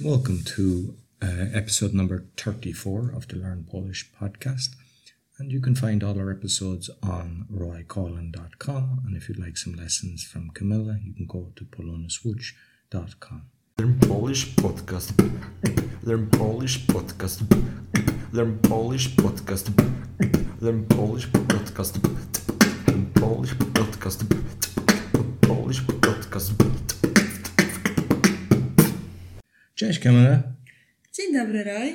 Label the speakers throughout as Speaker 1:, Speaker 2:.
Speaker 1: Welcome to uh, episode number 34 of the Learn Polish podcast. And you can find all our episodes on roycolan.com. And if you'd like some lessons from Camilla, you can go to polonaswitch.com.
Speaker 2: Learn Polish podcast. Learn Polish podcast. Learn Polish podcast. Learn Polish podcast. Learn Polish podcast. Learn Polish podcast.
Speaker 1: Cześć Camilla.
Speaker 3: Dzień dobry, Roy.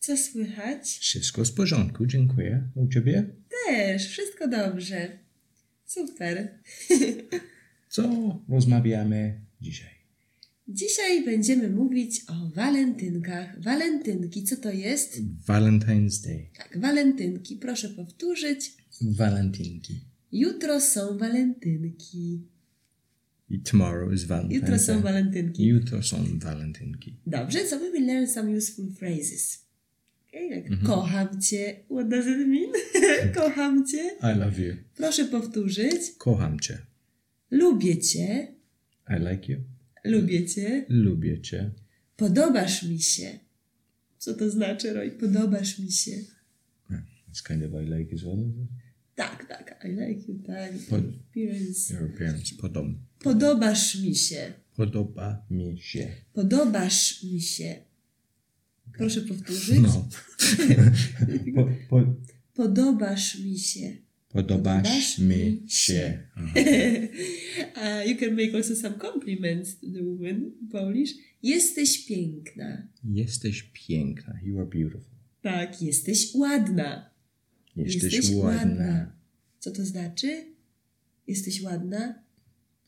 Speaker 3: Co słychać?
Speaker 1: Wszystko z porządku, dziękuję. U ciebie?
Speaker 3: Też, wszystko dobrze. Super.
Speaker 1: Co rozmawiamy dzisiaj?
Speaker 3: Dzisiaj będziemy mówić o walentynkach. Walentynki, co to jest?
Speaker 1: Valentine's Day.
Speaker 3: Tak, walentynki. Proszę powtórzyć.
Speaker 1: Walentinki.
Speaker 3: Jutro są walentynki.
Speaker 1: I Tomorrow is Valentine's
Speaker 3: Jutro są
Speaker 1: Day.
Speaker 3: walentynki.
Speaker 1: Jutro są walentinki.
Speaker 3: Dobrze, so we will learn some useful phrases. Okay, jak kocham cię. What does it mean? kocham cię.
Speaker 1: I love you.
Speaker 3: Proszę powtórzyć.
Speaker 1: Kocham cię.
Speaker 3: Lubię cię.
Speaker 1: I like you.
Speaker 3: Lubię cię.
Speaker 1: Lubię cię.
Speaker 3: Podobasz mi się. Co to znaczy, Roy? Podobasz mi się.
Speaker 1: It's kind of I like as well, isn't it?
Speaker 3: Tak, tak, I like you, tak.
Speaker 1: Pod-
Speaker 3: Appearance.
Speaker 1: Your appearance. Podoba.
Speaker 3: Podobasz mi się.
Speaker 1: Podoba mi się.
Speaker 3: Podobasz mi się. Proszę powtórzyć.
Speaker 1: No. po, po,
Speaker 3: Podobasz mi się.
Speaker 1: podobasz
Speaker 3: Podobasz
Speaker 1: mi
Speaker 3: mi
Speaker 1: się. Aha.
Speaker 3: Uh, you can make also some compliments to the woman in Polish. Jesteś piękna.
Speaker 1: Jesteś piękna. You are beautiful.
Speaker 3: Tak, jesteś ładna.
Speaker 1: Jesteś,
Speaker 3: Jesteś
Speaker 1: ładna.
Speaker 3: ładna. Co to znaczy? Jesteś ładna?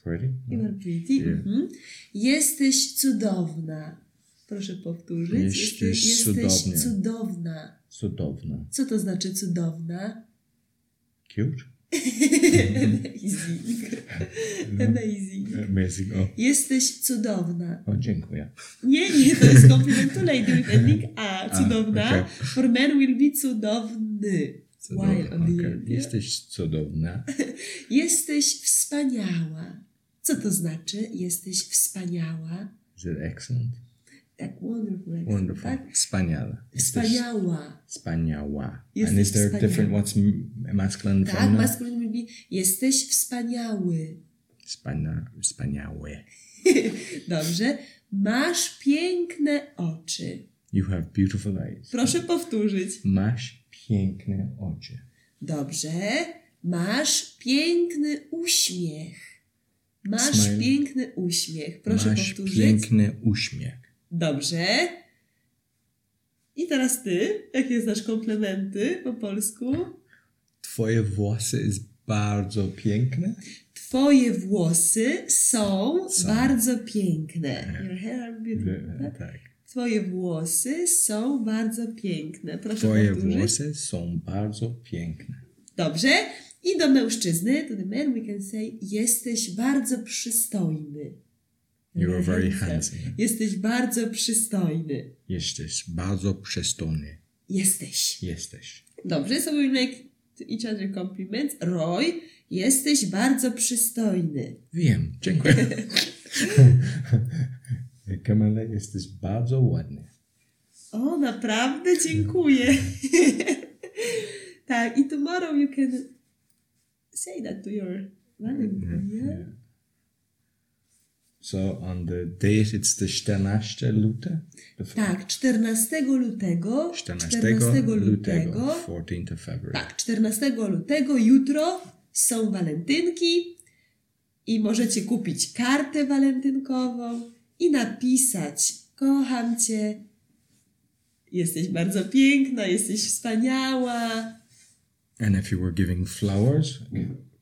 Speaker 1: Pretty? Uh,
Speaker 3: You are pretty.
Speaker 1: Yeah.
Speaker 3: Mhm. Jesteś cudowna. Proszę powtórzyć.
Speaker 1: Jesteś cudownie.
Speaker 3: jesteś cudowna.
Speaker 1: Cudowna.
Speaker 3: Co to znaczy cudowna?
Speaker 1: Cute? Mhm.
Speaker 3: Amazing. Amazing.
Speaker 1: Amazing. O,
Speaker 3: Jesteś cudowna.
Speaker 1: o dziękuję.
Speaker 3: Nie, nie, to jest compliment to lady with ending A.
Speaker 1: A,
Speaker 3: Cudowna.
Speaker 1: okej.
Speaker 3: For men will be cudowny. While on the
Speaker 1: okej.
Speaker 3: end, nie?
Speaker 1: Jesteś cudowna.
Speaker 3: Jesteś wspaniała. Co to znaczy? Jesteś wspaniała.
Speaker 1: Is it excellent?
Speaker 3: Tak, wonderful. accent,
Speaker 1: Wonderful.
Speaker 3: Tak?
Speaker 1: Wspaniale. Jesteś
Speaker 3: Wspaniała.
Speaker 1: wspaniała. And
Speaker 3: Jesteś
Speaker 1: is there
Speaker 3: wspaniała.
Speaker 1: different what's m- masculine and
Speaker 3: Tak,
Speaker 1: feminine?
Speaker 3: masculine will be jesteś wspaniały.
Speaker 1: Wspania- wspaniałe.
Speaker 3: Dobrze. Masz piękne oczy.
Speaker 1: You have beautiful eyes.
Speaker 3: Proszę powtórzyć.
Speaker 1: Masz piękne oczy.
Speaker 3: Dobrze. Masz piękny uśmiech. Masz
Speaker 1: Smile.
Speaker 3: piękny uśmiech. Proszę
Speaker 1: Masz
Speaker 3: powtórzyć.
Speaker 1: piękny uśmiech.
Speaker 3: Dobrze. I teraz ty. Jakie znasz komplementy po polsku?
Speaker 1: Twoje włosy jest bardzo piękne.
Speaker 3: Twoje włosy są,
Speaker 1: Są.
Speaker 3: bardzo piękne. Your hair are beautiful.
Speaker 1: E,
Speaker 3: tak?
Speaker 1: Tak.
Speaker 3: Twoje włosy są bardzo piękne. Proszę
Speaker 1: Twoje
Speaker 3: powtórzyć.
Speaker 1: włosy są bardzo piękne.
Speaker 3: Dobrze. I do mężczyzny, to the man we can say, jesteś bardzo przystojny.
Speaker 1: You are very
Speaker 3: Handsome.
Speaker 1: handsome.
Speaker 3: Jesteś bardzo przystojny.
Speaker 1: Jesteś bardzo przystojny.
Speaker 3: Jesteś.
Speaker 1: Jesteś.
Speaker 3: Dobrze, so we make to each other compliments. Roy, jesteś bardzo przystojny.
Speaker 1: Wiem, dziękuję. Kamila, jesteś bardzo ładny.
Speaker 3: O, naprawdę dziękuję. tak, i tomorrow you can say that to your valentine, yeah?
Speaker 1: Mm-hmm. So on the date it's the 14 luty? The f-
Speaker 3: Tak, 14 lutego.
Speaker 1: 14,
Speaker 3: lutego.
Speaker 1: lutego. 14th of February.
Speaker 3: Tak, 14 lutego, jutro są walentynki i możecie kupić kartę walentynkową i napisać: Kocham cię. Jesteś bardzo piękna, jesteś wspaniała.
Speaker 1: And if you were giving flowers,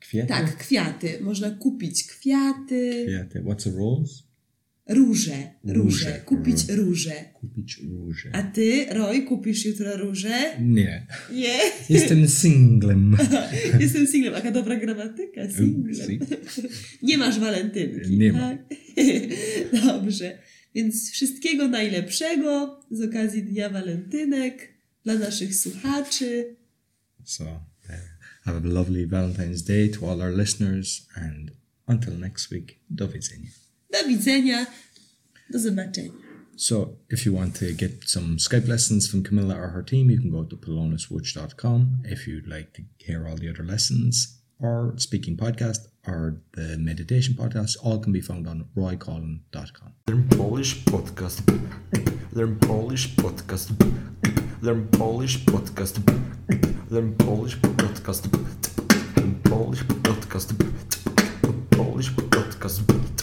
Speaker 1: kwiaty,
Speaker 3: Tak, kwiaty. Można kupić kwiaty,
Speaker 1: kwiaty. What's a rose?
Speaker 3: róże,
Speaker 1: Róże, Mhm.
Speaker 3: róże, kupić róże.
Speaker 1: Kupić róże.
Speaker 3: A ty, Roy, kupisz jutro róże?
Speaker 1: Nie.
Speaker 3: Nie,
Speaker 1: Jestem singlem.
Speaker 3: jestem singlem. Jaka dobra gramatyka, singlem.
Speaker 1: Si-
Speaker 3: Nie masz walentynki,
Speaker 1: Nie ma.
Speaker 3: tak? Dobrze. Więc wszystkiego najlepszego z okazji Dnia Walentynek dla naszych słuchaczy.
Speaker 1: So uh, have a lovely Valentine's Day to all our listeners and until next week, do widzenia.
Speaker 3: Do widzenia. Do zobaczenia.
Speaker 1: So if you want to get some Skype lessons from Camilla or her team, you can go to polonuswitch.com if you'd like to hear all the other lessons or speaking podcast or the meditation podcast, all can be found on roycollin.com.
Speaker 2: Learn Polish podcast. Learn Polish podcast. Learn Polish podcast. Learn Polish podcast. Learn Polish podcast. Learn Polish podcast.